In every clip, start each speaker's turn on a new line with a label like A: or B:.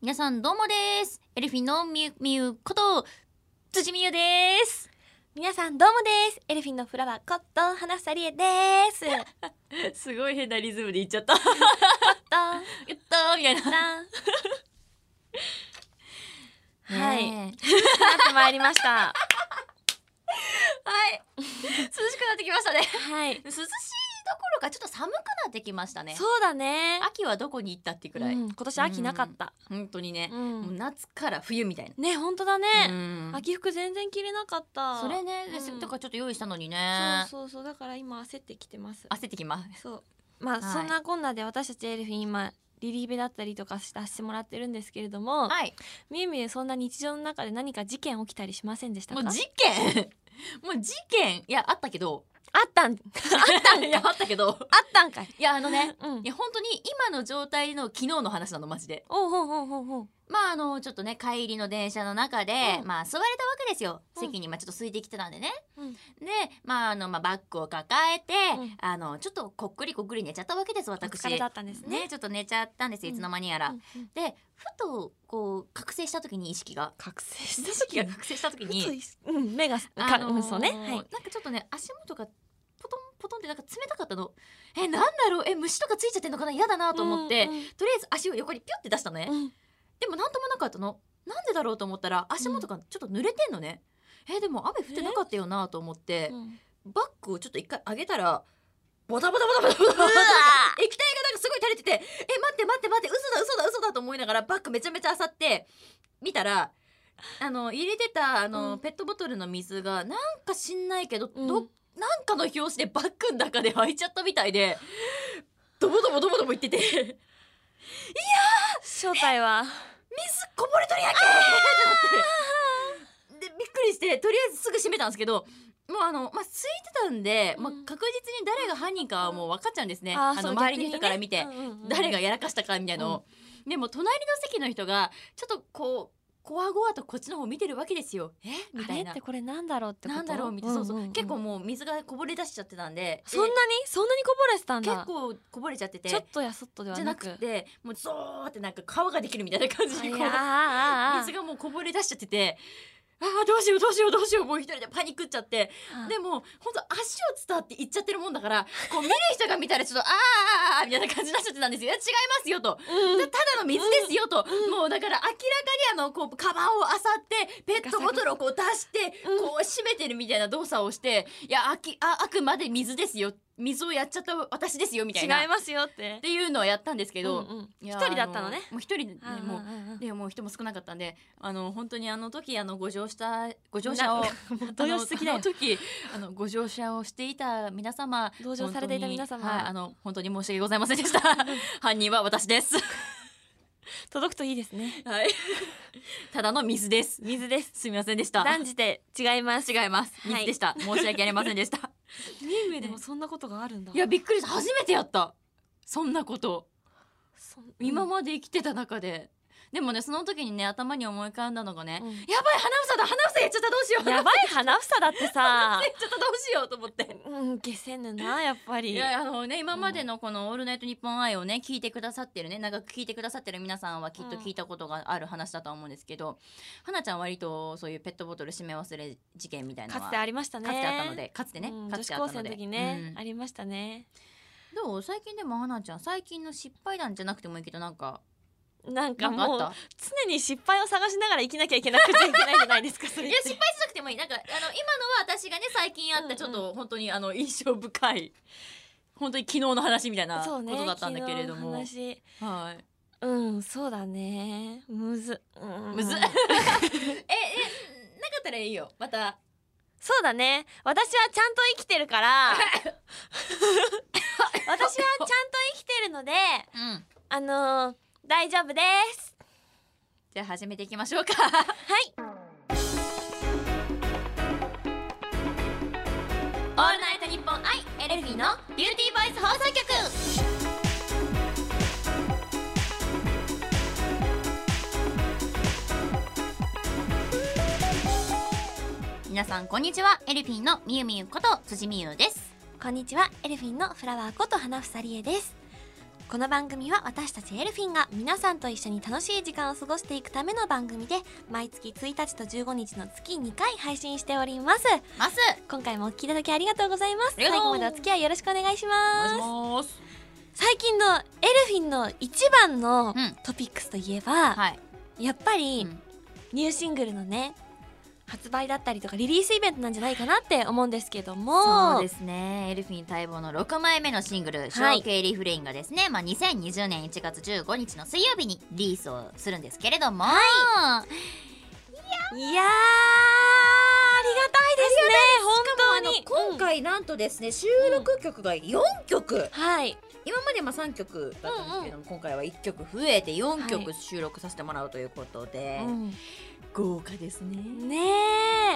A: 皆さんどうもですエルフィンのみゆみゆこと辻美優です
B: 皆さんどうもですエルフィンのフラワーコットン花房理恵ですコ ッ
A: すごい変なリズムで言っちゃった
B: ト
A: やったーみたいな
B: ンさんはい、なっ
A: ね
B: てまいりました
A: えはい涼しくなってきましたね
B: はい
A: 涼しいどころかちょっと寒くなってきましたね
B: そうだね
A: 秋はどこに行ったってくらい、
B: うん今年秋なかった、
A: 本当にね、
B: うん
A: もう夏から冬みたいな、
B: ね本当だね、
A: うん
B: 秋服全然着れなかった
A: それね、
B: うん
A: せっかくちょっと用意したのにね
B: そうそうそうだから今焦ってきてます
A: 焦ってきます
B: そうまあ、
A: はい
B: そんなこんなで私たちエルフィン今リリーベだったりとかしてしてもらってるんですけれども
A: はい
B: みゆみゆそんな日常の中で何か事件起きたりしませんでした
A: も
B: か
A: う事件 もう事件いやあったけど
B: あったんあった んか
A: い
B: い
A: や
B: あ
A: あったけど
B: ったんかい
A: いやあのね
B: うん
A: いや本当に今の状態の昨日の話なのマジで
B: おうほうほうほうほう
A: まああのちょっとね帰りの電車の中で、
B: うん
A: まあ座れたわけですよ、
B: うん
A: 席にまあちょっと空いてきてたんでね、
B: うん
A: でまああの、まあ、バッグを抱えて、
B: うん
A: あのちょっとこっくりこっくり寝ちゃったわけです私
B: 疲れだったんですね
A: ねちょっと寝ちゃったんですよいつの間にやら、でふとこう覚醒した時に意識が
B: 覚醒
A: 意
B: した
A: 識
B: 時
A: が覚醒した時に
B: にうん目がか、
A: あのー
B: うんそうねはい
A: なんかちょっとね足元がポトンポトンってなんか冷たかったのえなんだろうえ虫とかついちゃってんのかな嫌だなと思って、とりあえず足を横にピュって出したのね、
B: うんうん
A: でもなんともなかったのなんでだろうと思ったら足元がちょっと濡れてんのね、えでも雨降ってなかったよなと思って、
B: うん
A: バッグをちょっと一回上げたらボタボタボタボタボタボタ
B: うわ
A: 液体がなんかすごい垂れててえ待って待って待って嘘だ嘘だ嘘だと思いながらバッグめちゃめちゃ漁って見たらあの入れてたあの、
B: うん
A: ペットボトルの水がなんか知んないけど、
B: うん
A: どなんかの表紙でバッグの中で開いちゃったみたいでドボドボドボドボいってて水
B: 正体は
A: こぼれとるやんけってなってでびっくりしてとりあえずすぐ閉めたんですけどもうあのまあ空いてたんで、まあ
B: うん
A: 確実に誰が犯人かはもう分かっちゃうんですね、あの
B: そう
A: 周りの
B: 逆にね
A: 人から見て。
B: うんうんうん
A: 誰がやらかしたかみたいなのを、でも隣の席の人がちょっとこうこわごわとこっちの方見てるわけですよえみ
B: あ
A: た
B: れ
A: い
B: っ
A: な
B: てこれなんだろうってこと
A: なんだろうみたいな、そうそう結構
B: う
A: もう水がこぼれ出しちゃってたんで
B: そんなにそんなにこぼれてたん
A: で結
B: だ
A: 構こぼれちゃってて
B: ちょっとやそっとでは
A: じゃな
B: な
A: く
B: く
A: てもうゾーってなんか皮ができるみたいな感じでこう
B: ああああああ
A: 水がもうこぼれ出しちゃっててあーどうしようどうしようどうしようもう一人でパニックっちゃってでも本当足を伝わって行っちゃってるもんだ からこう見る人が見たらちょっとあーあーあーみたいな感じになっちゃってたんです よいや違いますよと
B: うん
A: でただの水ですよと、もうだから明らかにあのこうカバンを漁ってペットボトルをこう出して
B: うん
A: こう閉めてるみたいな動作をしていやあきああくまで水ですよ水をやっちゃった私ですよみたいな
B: 違いますよって
A: っていうのをやったんですけ
B: け
A: ど、いや
B: 一人だったのね
A: あもう一人で、 ね、も
B: ああああ
A: うでもう人も少なかったんであの本当にあの時あのご乗車ご乗車を
B: なもう動揺しすぎだよ
A: あのあの時あのご乗車をしていた皆様
B: 同情されていた皆
A: 本当
B: 様
A: にはい、あの本当に申し訳ございませんでした 犯人は私です
B: 届くといいですね
A: はい。ただの水です。水です。すみませんでした。
B: 断じて違います
A: 違います。
B: はい
A: 水でした。申し訳ありませんでした。
B: ミュウミュウ
A: でも
B: そんなことがあるんだ
A: いや、びっくりした。初めてやった。そんなこと。今まで生きてた中で。でもね、その時にね、頭に思い浮かんだのがね、
B: うん
A: やばい、花房だ花房やっちゃったどうしよう
B: やばい花房だって さ
A: やっちゃったどうしようと思って。
B: うん消せぬなやっぱり
A: いやあのね今までのこの「オールナイトニッポン愛」をね聞いてくださってるね長く聞いてくださってる皆さんはきっと聞いたことがある話だとは思うんですけど、はなちゃん割とそういうペットボトル閉め忘れ事件みたいな
B: か
A: のは
B: つてありましたね
A: かつてあったのでかつてね、
B: うん
A: か
B: 女
A: つて
B: 子
A: あっ
B: 高
A: たの
B: 生の
A: で
B: 時ね
A: う
B: ありましたね
A: んどう最近でもはなちゃん最近の失敗談じゃなくてもいいけどなんか
B: なん
A: な
B: か
A: んかあ
B: も
A: っ
B: う
A: た
B: 常に失敗を探しながら生きなきゃいけなくちゃいけないじゃないですかそれ
A: い
B: っ
A: や
B: て
A: 失敗しなくてもいいなんかあの今のは私がね最近あっ
B: うんう
A: た
B: ん
A: ちょっと本当にあの印象深い本当に昨日の話みたいな
B: そ
A: こ
B: うね
A: とだったんだけれども、
B: 昨日の話
A: はい
B: うんそうだねむずうん
A: むず ええなかったらいいよまた
B: そうだね私はちゃんと生きてるから 私はちゃんと生きてるので
A: うん
B: あのー大丈夫です
A: じゃあ始めていきましょうか
B: はい
A: オールナイトニッポン愛エルフィーのビューティーボイス放送局皆さんこんにちはエルフィーのみゆみゆこと辻みゆです
B: こんにちはエルフィンのフラワーこと花房理恵ですこの番組は私たちエルフィンが皆さんと一緒に楽しい時間を過ごしていくための番組で毎月1日と15日の月2回配信しております
A: ます
B: 今回もお聞きいただきありがとうございます
A: ありがとう
B: 最後までお付き合いよろしくお願いし
A: お
B: ます
A: 願いします
B: 最近のエルフィンの一番
A: う
B: の
A: ん
B: トピックスといえば、
A: はい
B: やっぱり
A: うん
B: ニューシングルのね発売だったりとかリリースイベントなんじゃないかなって思うんですけども
A: そうですねエルフィン待望の6枚目のシングル「ショーケイリフレイン」がですね、まあ、2020年1月15日の水曜日にリリースをするんですけれども、
B: いやーありがたいですね
A: し
B: 本
A: かもあ
B: 当
A: の
B: に
A: 今回なんとですね収録曲が4曲、
B: うんはい
A: 今までまあ3曲だったんですけれども、今回は1曲増えて4曲収録させてもらうということで、豪華ですね。
B: ね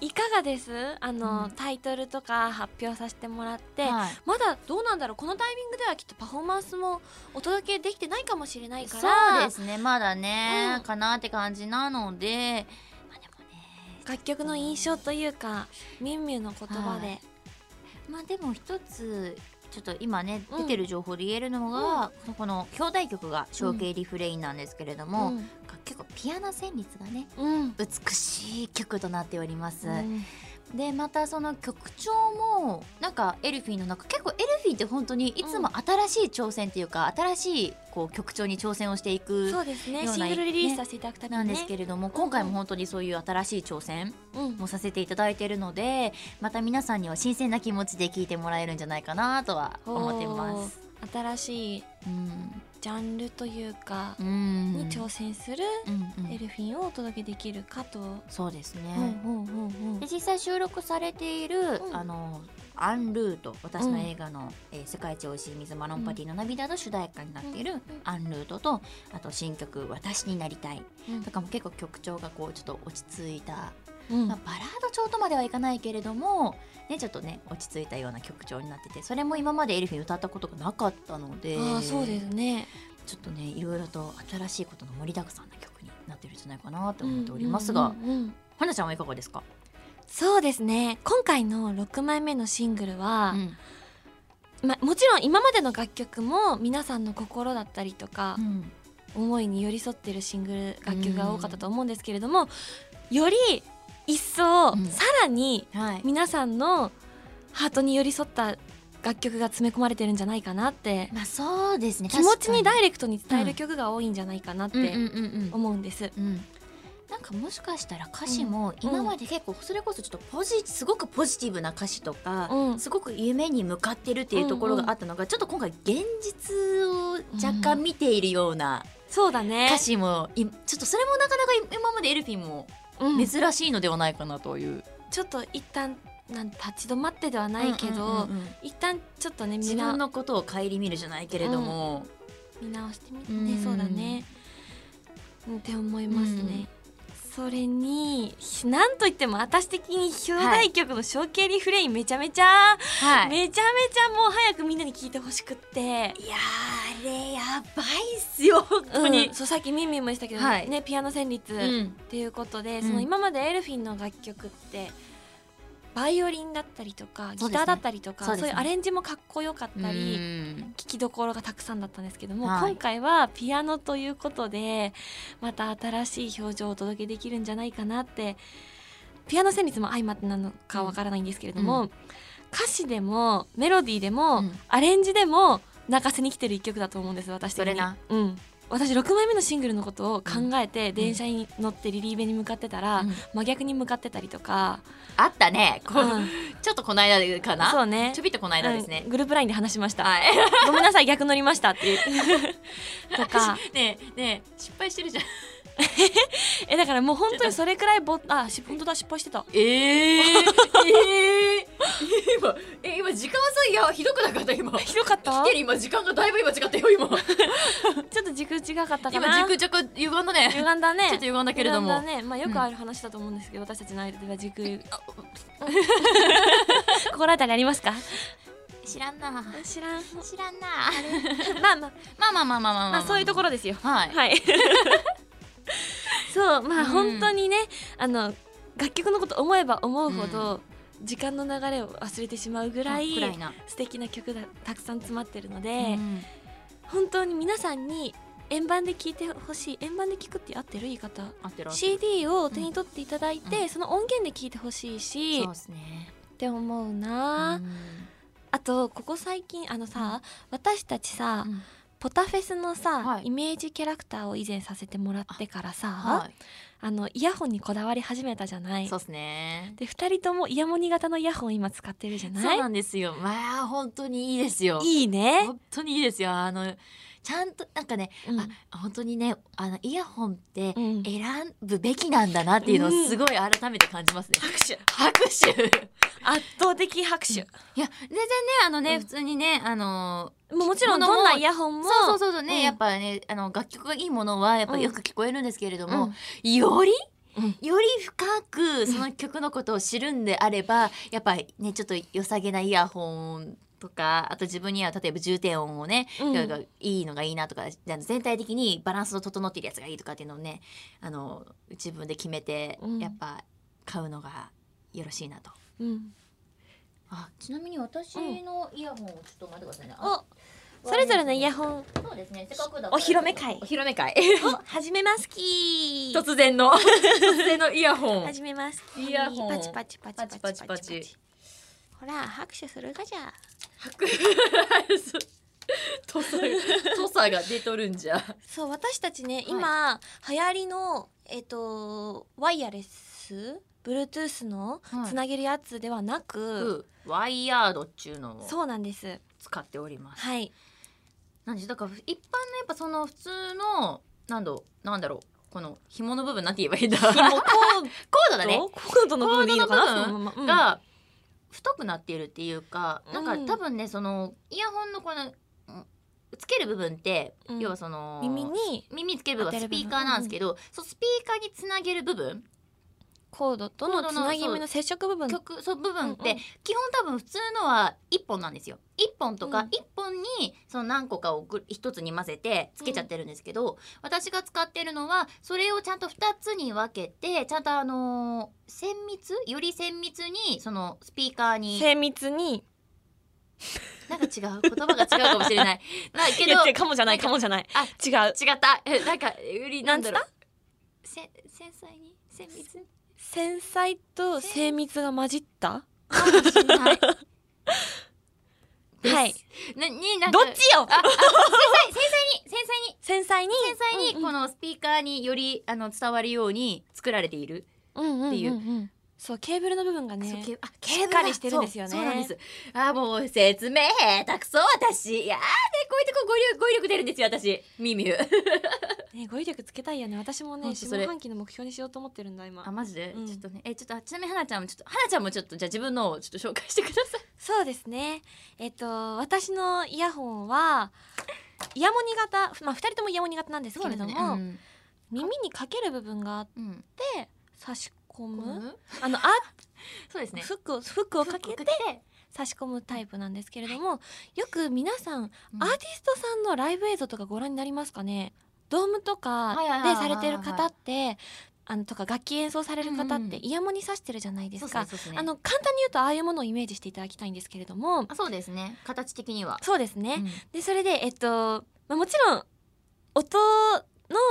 B: えいかがですあの、
A: うん
B: タイトルとか発表させてもらって、
A: はい
B: まだどうなんだろうこのタイミングではきっとパフォーマンスもお届けできてないかもしれないから
A: そうですねまだね、
B: うん
A: かなって感じなのでまあでもね
B: 楽曲の印象というかミュンミュンの言葉で、
A: はいまあでも一つちょっと今ね
B: うん
A: 出てる情報で言えるのが、このこの兄弟曲が「象形リフレイン」なんですけれども、結構ピアノ旋律がね
B: うん、うん
A: 美しい曲となっております、
B: うん
A: でまたその曲調もなんかエルフィンの中結構エルフィンって本当にいつも新しい挑戦っていうか、新しいこう曲調に挑戦をしていく
B: そうですね
A: よう
B: シ
A: な
B: ングルリリースさせていただくため
A: な
B: に、
A: ん
B: ね、
A: ですけれども、今回も本当にそういう新しい挑戦
B: うん
A: もさせていただいているのでまた皆さんには新鮮な気持ちで聞いてもらえるんじゃないかなとは思ってます。
B: 新しい
A: うん、
B: ジャンルというか、
A: うん
B: に挑戦する
A: うんうん
B: エルフィンをお届けできるかと、
A: そうですね、
B: うんうんうんうん
A: で実際収録されている、
B: うん
A: あのアンルート私の
B: うん
A: 映画の、えー世界一おいしい水マロンパティの涙」の主題歌になっている、
B: うん
A: アンルートとあと新曲「私になりたい
B: うん」
A: とかも結構曲調がこうちょっと落ち着いた
B: うん
A: まあ、バラード調とまではいかないけれども、ね、ちょっとね落ち着いたような曲調になっててそれも今までエルフィン歌ったことがなかったので
B: ああそうですね。
A: ちょっとねいろいろと新しいことの盛りだくさんな曲になってるんじゃないかなと思っておりますが、
B: うんうんうんうん
A: はなちゃんはいかがですか、
B: そうですね今回の6枚目のシングルは、
A: うん
B: まあ、もちろん今までの楽曲も皆さんの心だったりとか、思いに寄り添ってるシングル楽曲が多かったと思うんですけれども、より一層、
A: うん
B: さらに
A: はい、
B: 皆さんのハートに寄り添った楽曲が詰め込まれてるんじゃないかなって
A: まあそうですね
B: 気持ちにダ
A: っ
B: イレクトに伝える曲が多いんじゃないかなってて
A: うんうんうん
B: 思うんです。
A: うんなんかもしかしたら歌詞も
B: うん
A: 今まで結構それこそちょっとポジすごくポジティブな歌詞とか、
B: うん
A: すごく夢に向かってるっていうところがあったのが、ちょっと今回現実を若干見ているような
B: そうだね
A: 歌詞も、いちょっとそれもなかなか今までエルフィンも
B: うん
A: 珍しいのではないかなという。
B: ちょっと一旦なん立ち止まってではないけど、
A: うんうんうんうん
B: 一旦ちょっとね見
A: 自
B: な
A: 分のことを顧みるじゃないけれども、
B: 見直してみて
A: う
B: ね
A: ん
B: そうだねうんって思いますね。それになんといっても私的に表題曲の「象形リフレイン」めちゃめちゃ、
A: は
B: めちゃめちゃもう早くみんなに聞いてほしくって。
A: いやーあれやばいっすよ本当に
B: うん、。そうさっきミンミンも言ってたけど、
A: はい
B: ねピアノ旋
A: う
B: 律
A: ん
B: っていうことで、
A: ん
B: その今までエルフィンの楽曲ってバイオリンだったりと
A: そ
B: か
A: うですね
B: ギターだったりとか
A: そ
B: そうう,、
A: ですね
B: いうアレンジもかっこよかったり、
A: うん
B: 聞きどころがたくさんだったんですけども、
A: はい
B: 今回はピアノということでまた新しい表情をお届けできるんじゃないかなってピアノ旋律も相まってなのかわからないんですけれども、
A: う
B: 歌詞でもメロディーでも、
A: うん
B: アレンジでも泣かせに来てる一曲だと思うんです私的に
A: それな
B: うん、私6枚目のシングルのことを考えて、電車に乗ってリリーベに向かってたら、
A: うん
B: 真逆に向かってたりとか、
A: あったね、こう
B: うん
A: ちょっとこの間かな
B: そうね
A: ちょびっとこの間ですね
B: う、んグループラインで話しました、
A: はい
B: ごめんなさい逆乗りましたっていう とか
A: ねえねえ失敗してるじゃん
B: えだからもう本当にそれくらいぼあし本当だ失敗し てた
A: ええええ今え今時間はさいやひどくなかった今
B: ひどかった
A: 来てる今時間がだい ぶ今違ったよ今
B: ちょっと軸違かったか
A: 今
B: な
A: 軸若干歪んだねちょっ
B: 歪んだね
A: と歪んだけれども、
B: 歪んだねまあよくある話だと思うんですけど、私たちの間では軸心当たりありますか
A: 知らんな
B: 知ら ん
A: 知らんな
B: まあま
A: ま
B: あ
A: あまあまあまあまあ、
B: まあそういうところですよ
A: はい、
B: はいそうま
A: う
B: あ
A: ん
B: 本当にね、あの楽曲のこと思えば思うほど、時間の流れを忘れてしまうぐらい
A: 暗いな、
B: 素敵な曲がたくさん詰まってるので、
A: うん
B: 本当に皆さんに円盤で聞いてほしい円盤で聞くって合ってる言い方
A: 合ってる合ってる
B: CD を手に取っていただいて、
A: う
B: その音源で聞いてほしいし、
A: そう
B: っ
A: ですね
B: て思うな、あとここ最近あのさ、私たちさ、
A: うん
B: ポタフェスのさ、
A: はい
B: イメージキャラクターを以前させてもらってからさ、
A: は
B: あのイヤホンにこだわり始めたじゃないい
A: そうですね
B: で2人ともイヤモニ型のイヤホン今使ってるじゃ
A: そう
B: ない
A: なんですよまあ本当にいいですよ
B: いいね、
A: 本当にいいですよあのちゃんとなんかね、
B: うん
A: あ本当にねあのイヤホンって
B: うん
A: 選ぶべきなんだなっていうのをすごい改めて感じますね、
B: 拍手
A: 拍手
B: 圧倒的拍手、
A: いや全然ねあのね、
B: うん
A: 普通にねあの
B: もうもちろんどんなイヤホンも
A: そうそうそうそうね、
B: うん
A: やっぱねあの楽曲がいいものはやっぱ
B: うん
A: よく聞こえるんですけれど
B: う
A: も、
B: ん
A: より
B: うん
A: より深くその曲のことを知るんであればやっぱねちょっと良さげなイヤホンとかあと自分には例えば重低音をね、
B: うん
A: なんかいいのがいいなとかあの全体的にバランスの整ってるやつがいいとかっていうのをねあの自分で決めて、
B: うん
A: やっぱ買うのがよろしいなと。
B: うん
A: あちなみに私のイヤホンをちょっと待ってくださいね。あ
B: おそれぞれのイヤホン
A: そうですね。せっかくだから
B: お披露目会
A: お披露目会。
B: を始めますきー
A: 突然の突然のイヤホ ン。
B: 始めますきー
A: イヤホン
B: パチパチパチパチパチパ
A: パチパチ
B: チ
A: パチ
B: ほら拍手するかじゃ
A: とさとさが出とるんじゃ。
B: そう私たちね今、流行りのえっ、とワイヤレス Bluetooth の
A: はい
B: つなげるやつではなく、
A: ワイヤードっちゅうのを
B: そうなんです
A: 使っております。
B: はい
A: なんでだから一般のやっぱその普通のなんだろうなんだろうこの紐の部分なんて言えばいいんだ。コ
B: もう
A: ー
B: コ ー
A: ドだね
B: ド。コードの部分でいいのか
A: コー
B: な
A: ド
B: そ
A: の
B: のまま、うん
A: が太くなっているっていうか、なん
B: うん
A: か多分ねそのイヤホンのこのうんつける部分って、
B: うん
A: 要はその
B: 耳に
A: 耳つける部分はスピーカーなんですけど、そうスピーカーにつなげる部分、
B: コードと
A: コー
B: の
A: ド
B: つ
A: の
B: なぎ目の接触部分
A: 曲そう部分って、
B: うんうん
A: 基本多分普通のは1本なんですよ1本と
B: う
A: か
B: ん
A: 1本にその何個かをぐ1つに混ぜてつけちゃってるんですけど、私が使ってるのはそれをちゃんと2つに分けてちゃんとあのー綿密より綿密にそのスピーカーに
B: 精密に
A: なんか違う言葉が違うかもしれない だけど
B: かもじゃ
A: ないか
B: もじゃない
A: あ
B: 違う
A: 違った えなんかよりなんだろうせ繊細に綿密 に
B: 繊細と精密が混じった
A: かもしれない です
B: はい
A: なになんか
B: どっちよ
A: ああ繊細繊細に繊細に
B: 繊細に
A: 繊細にこ
B: の
A: のスピーカーによりあの伝わるように作られている、
B: っ
A: っていう
B: そうケーブルの部分が
A: そう
B: ね
A: ケーあ
B: しっかりしてるんですよね
A: そうそうなんですあもう説明下手くそ私いやーねこういうとこ語彙力語彙力出るんですよ私ミミュ
B: ね語彙力つけたいよね私も
A: ほ
B: ね
A: んと
B: 下
A: それ
B: 半期の目標にしようと思ってるんだ
A: あ
B: 今
A: マジで、
B: うん
A: ちょっとねえちょっとあちなみに花ちゃんもちょっと花ちゃんもちょっとじゃあ自分のをちょっと紹介してください
B: そうですねえっと私のイヤホンはイヤモニ型まあ二人ともイヤモニ型なん ですけれども、
A: うん
B: 耳にかける部分があっ
A: うん
B: て差し込む、
A: うん
B: あのあ
A: そうですね
B: フックをフックをかけて差し込むタイプなんですけれども、よく皆さん、アーティストさんのライブ映像とかご覧になりますかねドームと
A: は
B: か
A: いはいはい
B: で
A: はい
B: さ
A: はい
B: れてる方ってあのとか楽器演奏される方
A: うん
B: っ
A: うん
B: てイヤモニさしてるじゃないですか、
A: そうですねそうですね
B: あの簡単に言うとああいうものをイメージしていただきたいんですけれども
A: あそうですね形的には
B: そうですね、
A: うん
B: でそれでえっと、まあ、もちろん音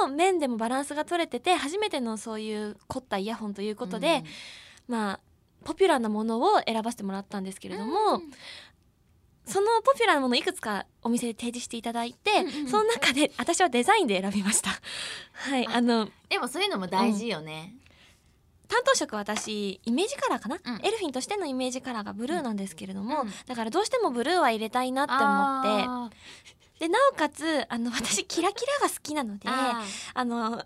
B: の面でもバランスが取れてて初めてのそういう凝ったイヤホンということで、まあポピュラーなものを選ばせてもらったんですけ
A: け
B: れども、そのポピュラーなものをいくつかお店で提示していただいて、
A: うんうんうん
B: その中で私はデザインで選びました。はい、
A: あ
B: あの
A: でもそういうのも大事よね、
B: 担当色は私イメージカラーか
A: う
B: な、
A: ん
B: エルフィンとしてのイメージカラーがブルーなんですけれども、
A: うん
B: だからどうしてもブルーは入れたいなって思って
A: 思って
B: でなおかつあの私キラキラが好きなのであ
A: あ
B: の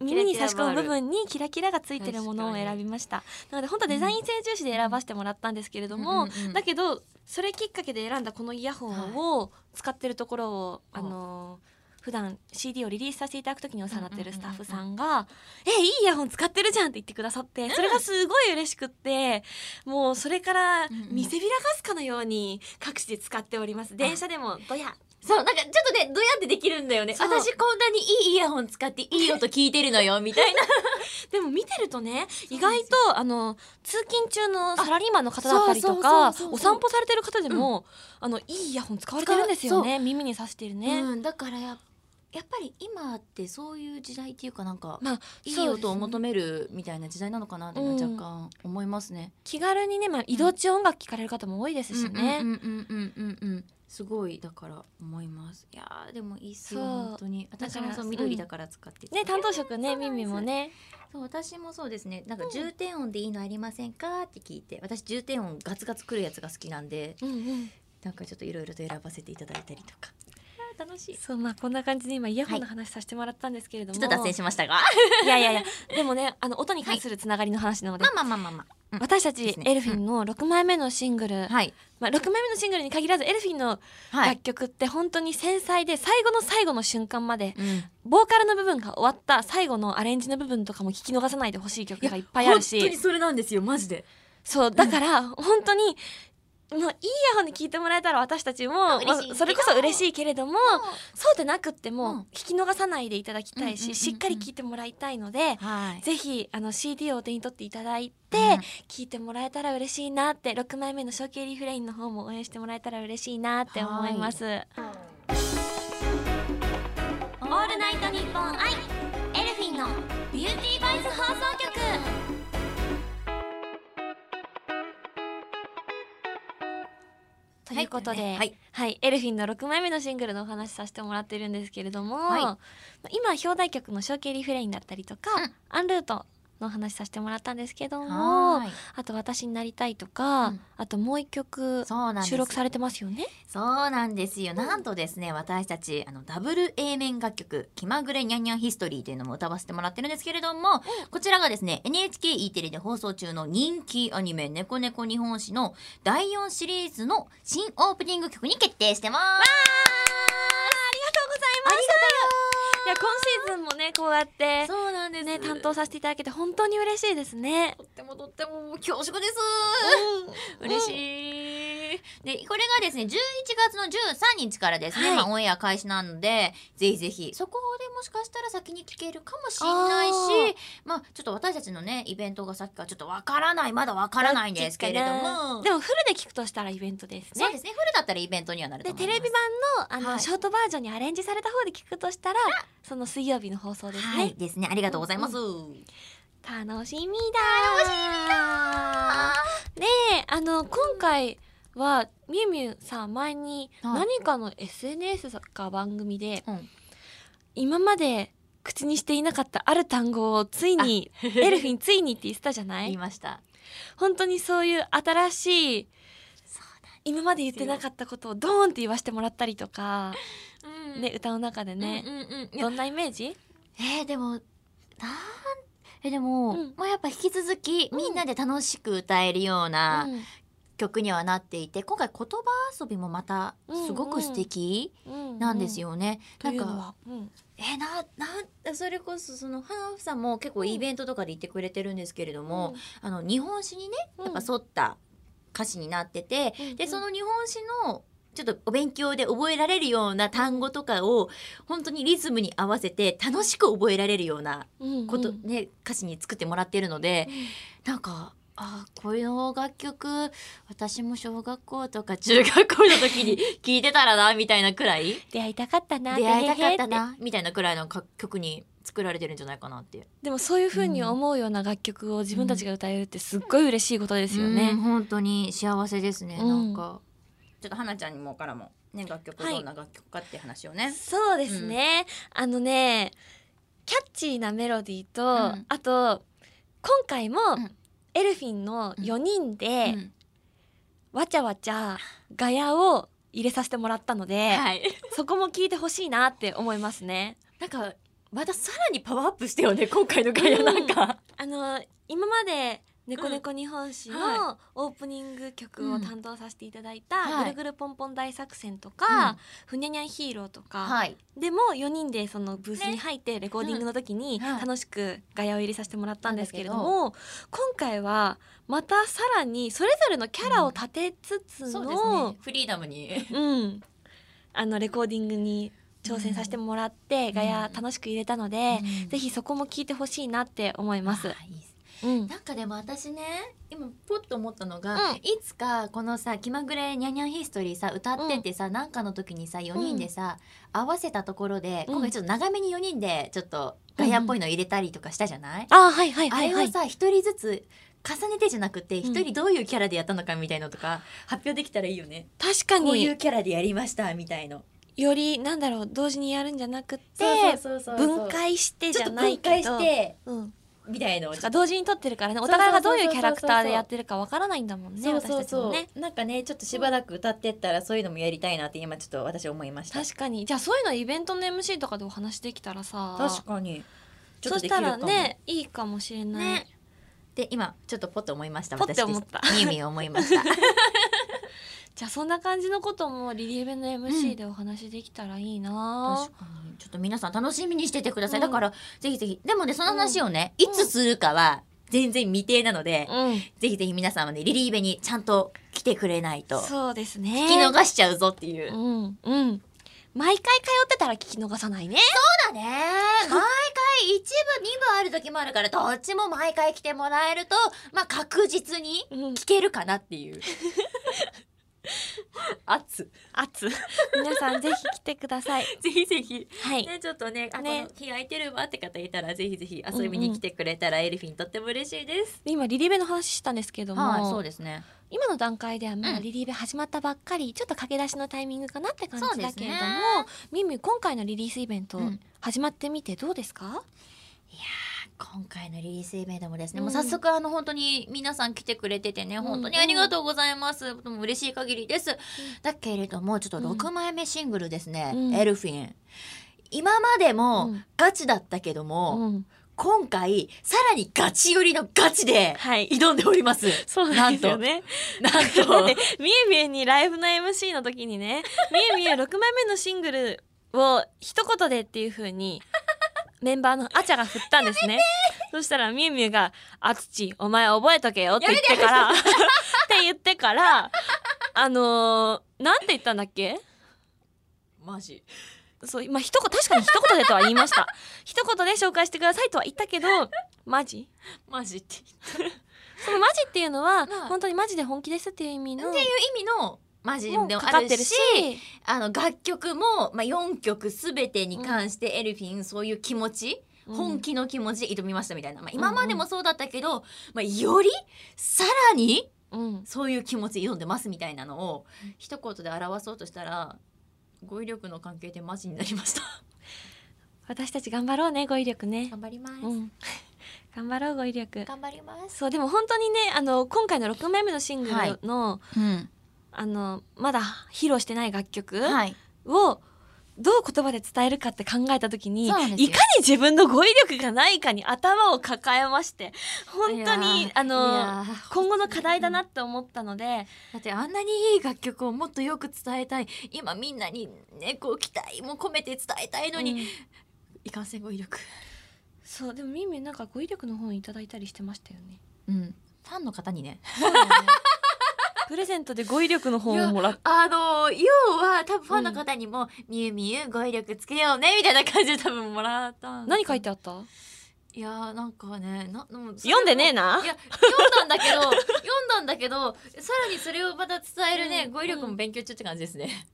B: 耳に差し込む部分にキラキラがついてる
A: 確か
B: も
A: に
B: のを選びましたなので本当はデザイン性重視で選ばせてもらったんですけれども、だけどそれきっかけで選んだこのイヤホンを使ってるところを、
A: はい
B: あのー普段 CD をリリースさせていただくときにお世話になってるスタッフさ
A: うん
B: が「えいいイヤホン使ってるじゃん」って言ってくださってそれがすごい嬉しくってもうそれから
A: んうん
B: 見せびらかすかのように各地で使っております電車でもドヤ
A: そうなんかちょっとねどうやってできるんだよね
B: そう
A: 私こんなにいいイヤホン使っていい音聞いてるのよみたいな
B: でも見てるとね
A: よ
B: 意外とあの通勤中のサラリーマンの方だったりと
A: あ
B: か
A: そうそうそうそう
B: お散歩されてる方でも、あのいいイヤホン使われてるんですよね耳にさしてる ね。
A: うんだからややっぱり今ってそういう時代っていうかなんか
B: まあ
A: い
B: そ
A: いう
B: です
A: 音を求めるみたいな時代なのかなっていうのは若干思いますね。
B: 気軽にね、まあ、移動中音楽聴かれる方も多いですしね、
A: うんうんうんうんうんうんすごいだから思います。いやーでもいいっすよ
B: そう
A: 本当に。
B: から
A: 私もそう
B: うん
A: 緑だから使ってて、
B: ね担当職
A: そう
B: ね
A: なんです
B: ミミもね
A: そう私もそうですね。なんか
B: うん
A: 重点音でいいのありませんかって聞いて、私重点音ガツガツくるやつが好きなんで、
B: うんうん
A: なんかちょっといろいろと選ばせていただいたりとか。あー楽しい。ち
B: そうまあこんな感じで今イヤホンの話させてもらったんですけれども、
A: ょっと脱線しましたが。
B: いやいやいやでもねあの音に関するつながりの話なので、
A: まあまあまあまあまあ。うん
B: 私た
A: で
B: ち
A: すね
B: エルフィンの6枚目のシングル、
A: はい
B: まあ、6枚目のシングルに限らずエルフィンの
A: はい。
B: 楽曲って本当に繊細で最後の最後の瞬間まで
A: うん
B: ボーカルの部分が終わった最後のアレンジの部分とかも聞き逃さないでほしい曲がいっぱいある
A: 本当に
B: し
A: それなんですよマジで。
B: そうだから本当にもういいイヤホンで聞いてもらえたら私たちも、まあ
A: 嬉しいけど
B: それこそ嬉しいけれどもそうでなくって
A: うん
B: も聞き逃さないでいただきたい
A: うんうんうんうん
B: ししっかり聞いてもらいたいので
A: はい。
B: ぜひあの CD をお手に取っていただいて
A: うん
B: 聞いてもらえたら嬉しいなって6枚目の「ショーケリーフレイン」の方も応援してもらえたら嬉しいなって思います。
A: オールナイトニッポンアイエルフィンのビューティーバイス放送局
B: ということで、
A: は
B: はいい
A: はい
B: エルフィンの6枚目のシングルのお話しさせてもらってるんですけれども、
A: はい
B: まあ今表題曲の「ショーケリフレイン」だったりとか、
A: うん
B: アンルートのお話しさせてもらったんですけども
A: はーい
B: あと「私になりたい」とか、
A: うん
B: あともう一曲
A: そうなんです
B: 収録されてますよね。
A: そうなんですよなんとですね私たちあのダブル A 面楽曲「気まぐれにゃんにゃんヒストリー」というのも歌わせてもらってるんですけれどもこちらがですね NHKE テレで放送中の人気アニメ「ねこねこ日本史」の第4シリーズの新オープニング曲に決定してます
B: ありがとうございますいや今シーズンもねこうやって
A: そうなんです
B: ね担当させていただけて本当に嬉しいですね。
A: とってもとっても恐縮です嬉しい。で、これがですね、11月の13日からですね、
B: はい
A: まあオンエア開始なので、ぜひぜひ、そこでもしかしたら先に聞けるかもしれないし、まあ、ちょっと私たちのね、イベントがさっきからちょっとわからない、まだわからないんですけれども、
B: でもフルで聞くとしたらイベントですね
A: そう。ですね、フルだったらイベントにはなると
B: で
A: 思い
B: テ
A: ます。
B: レビ版のあの、
A: はい
B: ショートバージョンにアレンジされた方で聞くとしたらその水曜日の放送です
A: は
B: ね、
A: い、ですね、ありがとうございます。
B: 楽しみだねえあの今回はみゆみゆさん前に
A: はい
B: 何かの SNS か番組で
A: うん
B: 今まで口にしていなかったある単語をついに エルフィンついにって言ってたじゃな
A: 言い
B: い
A: ました。
B: 本当にそういう新しい今まで言ってなかったことをドーンって言わせてもらったりとか、ね、歌の中でね、
A: うんうんうんいや
B: どんなイメージ
A: えー、でもなんえでも、
B: うん
A: まあやっぱ引き続きみんなで楽しく歌えるような
B: うん
A: 曲にはなっていて、今回言葉遊びもまたすごく素敵なんですよね。
B: という
A: な
B: の
A: んか
B: は、うん
A: えーななんそれこそその花さんも結構イベントとかで言ってくれてるんですけれども、あの日本史にね
B: うん
A: やっぱ沿った歌詞になってて、でその日本史のちょっとお勉強で覚えられるような単語とかを本当にリズムに合わせて楽しく覚えられるようなこと、
B: うん
A: ね歌詞に作ってもらってるのでなんかあーこういう楽曲私も小学校とか中学校の時 に聴いてたらなみたいなくらい
B: 出会いたかったな
A: 出会いたかった
B: てへへって
A: なみたいなくらいの楽曲に作られてるんじゃないかなっていう。
B: でもそういう風に思うような楽曲を自分たちが歌えるってすっごい嬉しいことですよね、
A: うん本当に幸せですね、
B: う
A: な
B: ん
A: んかちょっと花ちゃんにもからもね楽曲
B: はい
A: どんな楽曲かって話をね。
B: そうですね、あのねキャッチーなメロディーと、
A: うん
B: あと今回も
A: ん
B: エルフィンの4人で
A: うん
B: わちゃわちゃガヤを入れさせてもらったので、
A: はい、
B: そこも聞いてほしいなって思いますね
A: なんかまたさらにパワーアップしてよね今回の回はなんか、
B: あの今まで「ねこねこ日本史」
A: うん
B: のオープニング曲を担当させていただい
A: うんは
B: た「
A: い
B: ぐるぐるぽんぽん大作戦」と
A: うん
B: か「ふにゃにゃんヒーロー」とか
A: はい
B: でも4人でそのブースに入ってレコーディングの時に
A: うんはい
B: 楽しくガヤを入れさせてもらったんですけれども今回はまたさらにそれぞれのキャラを立てつつ
A: そうです
B: の
A: ねフリーダムに
B: うんあのレコーディングに挑戦させてもらって、
A: ん
B: ガヤ楽しく入れたので、
A: うん
B: ぜひそこも聞いてほしいなって思います
A: あ。ーいいっす
B: うん、
A: なんかでも私ね今ポッと思ったのが、
B: うん
A: いつかこのさ「気まぐれにゃんにゃんヒストリーさ」歌っててさ、なんかの時にさ4人でさ、合わせたところで
B: うん
A: 今回ちょっと長めに4人でちょっとガヤっぽいの入れたりとかしたじゃない、
B: あーはいはいはい
A: あ
B: は
A: れは。
B: い
A: さ一人ずつ重ねてじゃなくて
B: ん
A: 一人どういうキャラでやったのかみたいのとか 発表できたらいいよね、
B: 確か
A: こういう
B: に
A: キャラでやりましたみたいの
B: よりなんだろう同時にやるんじゃなくて
A: そうそうそうそう
B: 分解して
A: ち
B: じ
A: ょっ
B: ゃ
A: と
B: ない
A: 分
B: け
A: 解
B: ど。
A: して
B: うん
A: みたいのを
B: そっか同時に撮ってるからねお互いがどういうキャラクターでやってるかわからないんだもんね
A: そう
B: 私
A: そう
B: たち
A: そう、
B: もね
A: なんかねちょっとしばらく歌ってったらそういうのもやりたいなって今ちょっと私思いました
B: 確かにじゃあそういうのイベントの MC とかでお話できたらさ
A: 確かにちょっ
B: そ
A: と
B: し
A: でき
B: た
A: る
B: ら
A: かも
B: ねいいかもしれない、
A: ねで今ちょっとポッと思いました
B: ポッて思った
A: 私ですみゆみゆ思いました
B: じゃあそんな感じのこともリリーベの MC でお話できたらいいな、
A: 確かにちょっと皆さん楽しみにしててください、
B: うん
A: だからぜひぜひでもねその話をね、いつするかは全然未定なので、
B: うん
A: ぜひぜひ皆さんはねリリーベにちゃんと来てくれないと
B: そうです
A: 聞
B: ね
A: き逃しちゃうぞっていう、
B: う
A: そうん
B: うん毎回通ってたら聞き逃さないね
A: だね毎回一部二部ある時もあるからどっちも毎回来てもらえるとまあ確実に
B: うん
A: 聞けるかなっていう 圧
B: 熱皆さんぜひ来てください
A: ぜひぜひ
B: はい
A: ね、ちょっとね、あ
B: ね
A: ね、この日空いてるわって方いたら、ぜひぜひ遊びに来てくれたら、エルフィンとっても嬉しいです。
B: 今リリーベの話したんですけども、
A: ですね。
B: 今の段階ではまだ
A: うん
B: リリーベ始まったばっかり、ちょっと駆け出しのタイミングかなって感
A: そう
B: じ
A: で
B: だ
A: す
B: けれ
A: ね
B: ども、みみ今回のリリースイベント
A: うん
B: 始まってみてどうですか、
A: 今回のリリースイベントもですね、
B: うん
A: もう早速あの本当に皆さん来てくれててね、
B: ん
A: 本当にありがとうございます。とても嬉しい限りです。だけれども、ちょっと
B: うん
A: 6枚目シングルですね、
B: うん
A: エルフィン。今までも
B: うん
A: ガチだったけども、
B: うん
A: 今回さらにガチ寄りのガチで
B: はい
A: 挑んでおり ます。
B: そうな
A: なんん
B: ですよ
A: と、
B: ね。
A: なんと、
B: だ ってみえみえにライブの MC の時にねみえみえ6枚目のシングルを一言でっていう風にメンバーのあちゃが振ったんですね。そしたらみえみえが「あつちお前覚えとけよ」って言ってから って言ってからあのー、なんて言ったんだっけ
A: マジ。
B: そう、まあ、一言、確かに一言でとは言いました。一言で紹介してくださいとは言ったけど、マジ
A: マジって。
B: そのマジっていうのは、
A: まあ
B: 本当にマジで本気ですっていう意味の、
A: っていう意味のマジでも
B: もうか
A: あ
B: かっ
A: る
B: て
A: し
B: るし、
A: あの楽曲も、まあ、4曲全てに関してエルフィン、そういう気持ち、
B: うん
A: 本気の気持ちで挑みましたみたいな、まあ、
B: うん
A: 今までもそうだったけど、まあ、よりさらに
B: うん。
A: そういう気持ちで挑んでますみたいなのを一言で表そうとしたら語彙力の関係でマジになりました
B: 私たち頑張ろうね、語彙力ね。
A: 張ります
B: うん。 頑張ろう、語彙力。
A: 頑張ります、
B: そう、でも本当にね、あの、今回の6枚目のシングルの、
A: うん
B: あの、まだ披露してない楽曲を、
A: はい、
B: どう言葉で伝えるかって考えた時にい
A: そう
B: か
A: なん
B: に
A: ですよ
B: 自分の語彙力がないかに頭を抱えまして本当
A: いやー
B: にあ
A: い
B: の
A: やー
B: 今後の課題だなって思ったので、
A: だってあんなにいい楽曲をもっとよく伝えたい今みんなにねこう期待も込めて伝えたいのに、
B: うん
A: いかんせん語彙力
B: そうでもみみなんか語彙力の本いただいたりしてましたよね。
A: うんファンの方にね
B: プレゼントで語彙力の本をもらっ
A: あの要は多分ファンの方にも「みゆみゆ語彙力つけようね」みたいな感じで多分もらった
B: 何書い
A: て
B: てあった？
A: いやーなんかねなでもそれも。
B: 読んでねえない
A: や読んだんだけど読んだんだけどさらにそれをまた伝えるね、
B: うん
A: 語彙力も勉強中って感じですね、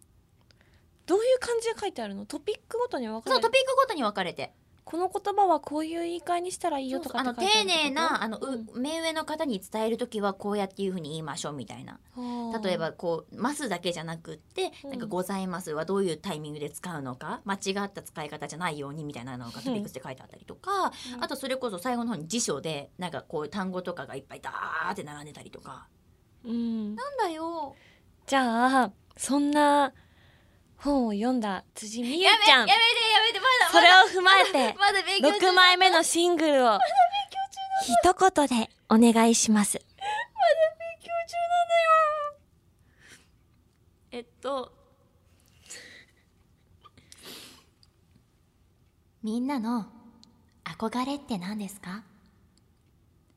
B: どういう感じで書いてあるの？トピックごとに分か
A: そう
B: れ
A: ト
B: る。
A: ピックごとに分かれて
B: この言葉はこういう言い換えにしたらいいよとか
A: あ
B: っ
A: の
B: て書い
A: 丁
B: てあるってこと
A: 寧なあの、
B: うん
A: う目上の方に伝える時はこうやっていうふうに言いましょうみたいな例えばこう「ます」だけじゃなくって「
B: うん
A: なんかございます」はどういうタイミングで使うのか間違った使い方じゃないようにみたいなのがトピックスで書いてあったりとか、
B: うん
A: あとそれこそ最後の方に辞書でなんかこう単語とかがいっぱいダーって並んでたりとか。
B: うん、
A: なんだよ
B: じゃあそんな本を読んだ辻美優
A: やめ
B: ち
A: や
B: ゃ
A: め
B: ん
A: てやめてまだ
B: それ
A: まだ
B: を踏まえて
A: まだ勉強中
B: 6枚目のシングルを一言でお願いします
A: 勉強中なんだよえっとみんなの憧れって何ですか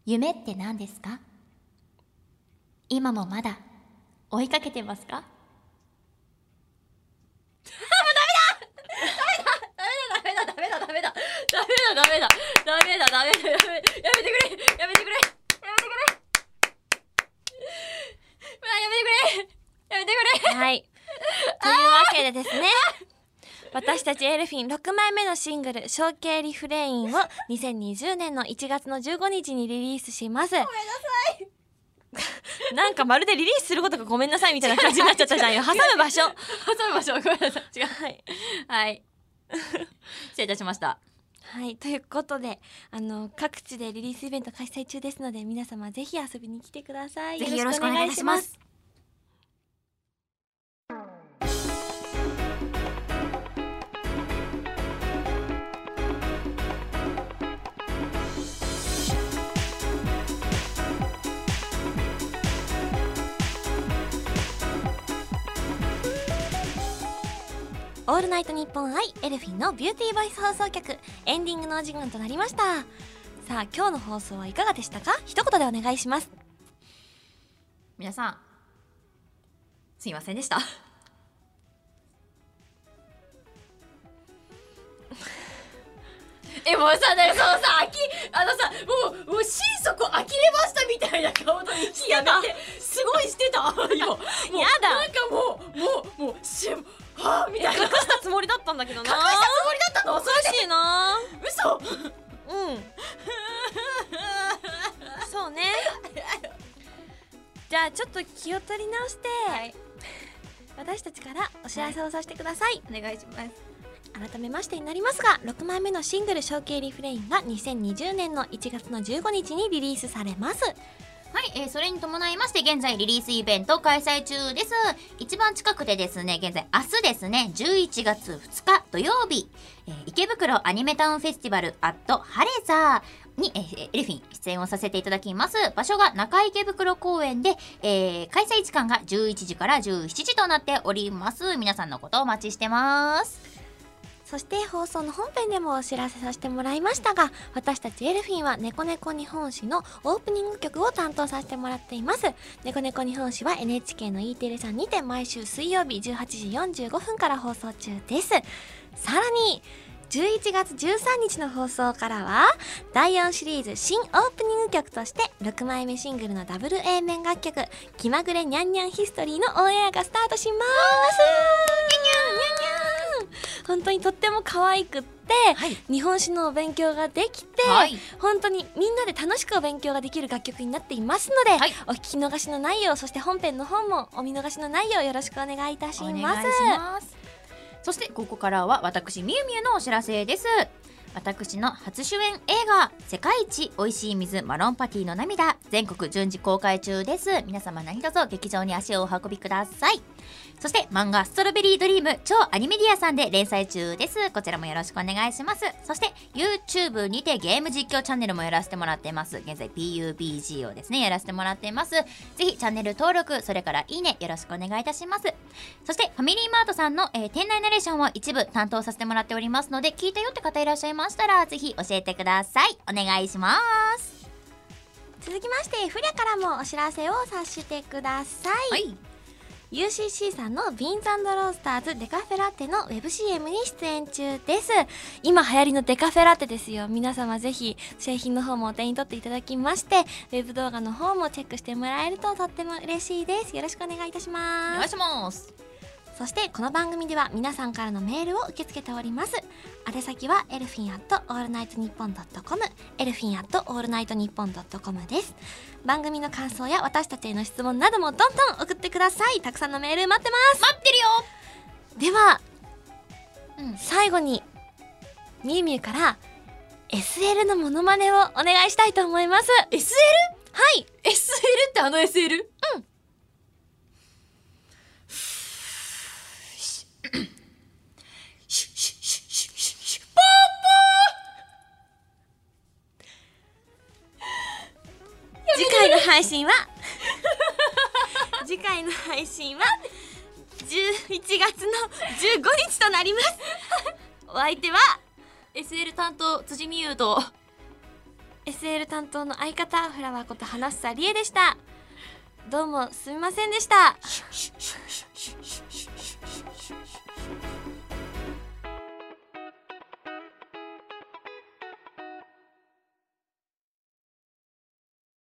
A: 夢って何ですか今もまだ追いかけてますかダメだダメだダメだやめやめてくれやめてくれやめてくれうわやめてくれやめてくれ
B: はい。というわけでですね。私たちエルフィン6枚目のシングル「象形リフレイン」を2020年の1月の15日にリリースしますごめんなさいなんかまるでリリースすることがごめんなさいみたいな感じになっちゃったじゃんよ挟む場所
A: 挟みましょうごめんなさい違う
B: はい、
A: はい失礼いたしました
B: はい、ということであの各地でリリースイベント開催中ですので皆様ぜひ遊びに来てください
A: ぜひよろしくお願いします
B: オールナイトニッポン愛エルフィンのビューティーボイス放送局エンディングのお時間となりましたさあ今日の放送はいかがでしたか一言でお願いし ます
A: 皆さんすいませんでしたえもうさねそうさあきあのさもうもう心底呆れましたみたいな顔の息やめてすごいしてた今もう
B: やだ
A: なんかもうもうもうしはあみたいな隠し
B: したつもりだったんだけどな
A: たつもりだったのそれ
B: しいな
A: で嘘
B: うんそうねじゃあちょっと気を取り直して、私たちからお知らせをさせてください
A: お願いします
B: 改めましてになりますが6枚目のシングル「象形リフレイン」が2020年の1月の15日にリリースされます
C: はい、えーそれに伴いまして現在リリースイベントを開催中です。一番近くでですね、現在明日ですね、11月2日土曜日、えー池袋アニメタウンフェスティバルアットハレザーに、えーエルフィン出演をさせていただきます。場所が中池袋公園で、えー開催時間が11時から17時となっております。皆さんのことをお待ちしてます。
B: そして放送の本編でもお知らせさせてもらいましたが私たちエルフィンは「ネコネコ日本史」のオープニング曲を担当させてもらっています「ネコネコ日本史」は NHK の E テレさんにて毎週水曜日18時45分から放送中ですさらに11月13日の放送からは第4シリーズ新オープニング曲として6枚目シングルのダブル A 面楽曲「気まぐれにゃんにゃんヒストリー」のオンエアがスタートしますにゃんにゃん本当にとっても可愛くって、
A: はい
B: 日本史のお勉強ができて、
A: はい
B: 本当にみんなで楽しくお勉強ができる楽曲になっていますので、
A: はい
B: お聞き逃しのないようそして本編の方もお見逃しのないようよろしくお願いいたし
A: お願いし
B: ます。
A: ます
C: そしてここからは私みゆみゆのお知らせです私の初主演映画「世界一おいしい水マロンパティの涙」全国順次公開中です皆様何卒劇場に足をお運びくださいそして漫画「ストロベリードリーム超アニメディア」さんで連載中ですこちらもよろしくお願いしますそして YouTube にてゲーム実況チャンネルもやらせてもらってます現在 PUBG をですねやらせてもらっていますぜひチャンネル登録それからいいねよろしくお願いいたしますそしてファミリーマートさんの、えー店内ナレーションを一部担当させてもらっておりますので聞いたよって方いらっしゃいましたらぜひ教えてくださいお願いします
B: 続きましてフリャからもお知らせをさせてください。
C: い
B: UCC さんのビーンズロースターズデカフェラテのウェブ CM に出演中です今流行りのデカフェラテですよ皆様ぜひ製品の方もお手に取っていただきましてウェブ動画の方もチェックしてもらえるととっても嬉しいですよろしくお願いいたし
C: お
B: ます
C: 願いします
B: そしてこの番組では皆さんからのメールを受け付けております宛先はエルフィンアットオールナイトニッポンドットコムエルフィンアットオールナイトニッポンドットコムです番組の感想や私たちへの質問などもどんどん送ってくださいたくさんのメール待ってます
C: 待ってるよ
B: では、
C: うん
B: 最後にみゆみゆから SL のモノマネをお願いしたいと思います
A: SL?
B: はい
A: SL ってあの SL? うん
B: 次回の配信は次回の配信は11月の15日となりますお相手は
A: SL 担当辻美優と
B: SL 担当の相方フラワーこと花房理恵でしたどうもすみませんでした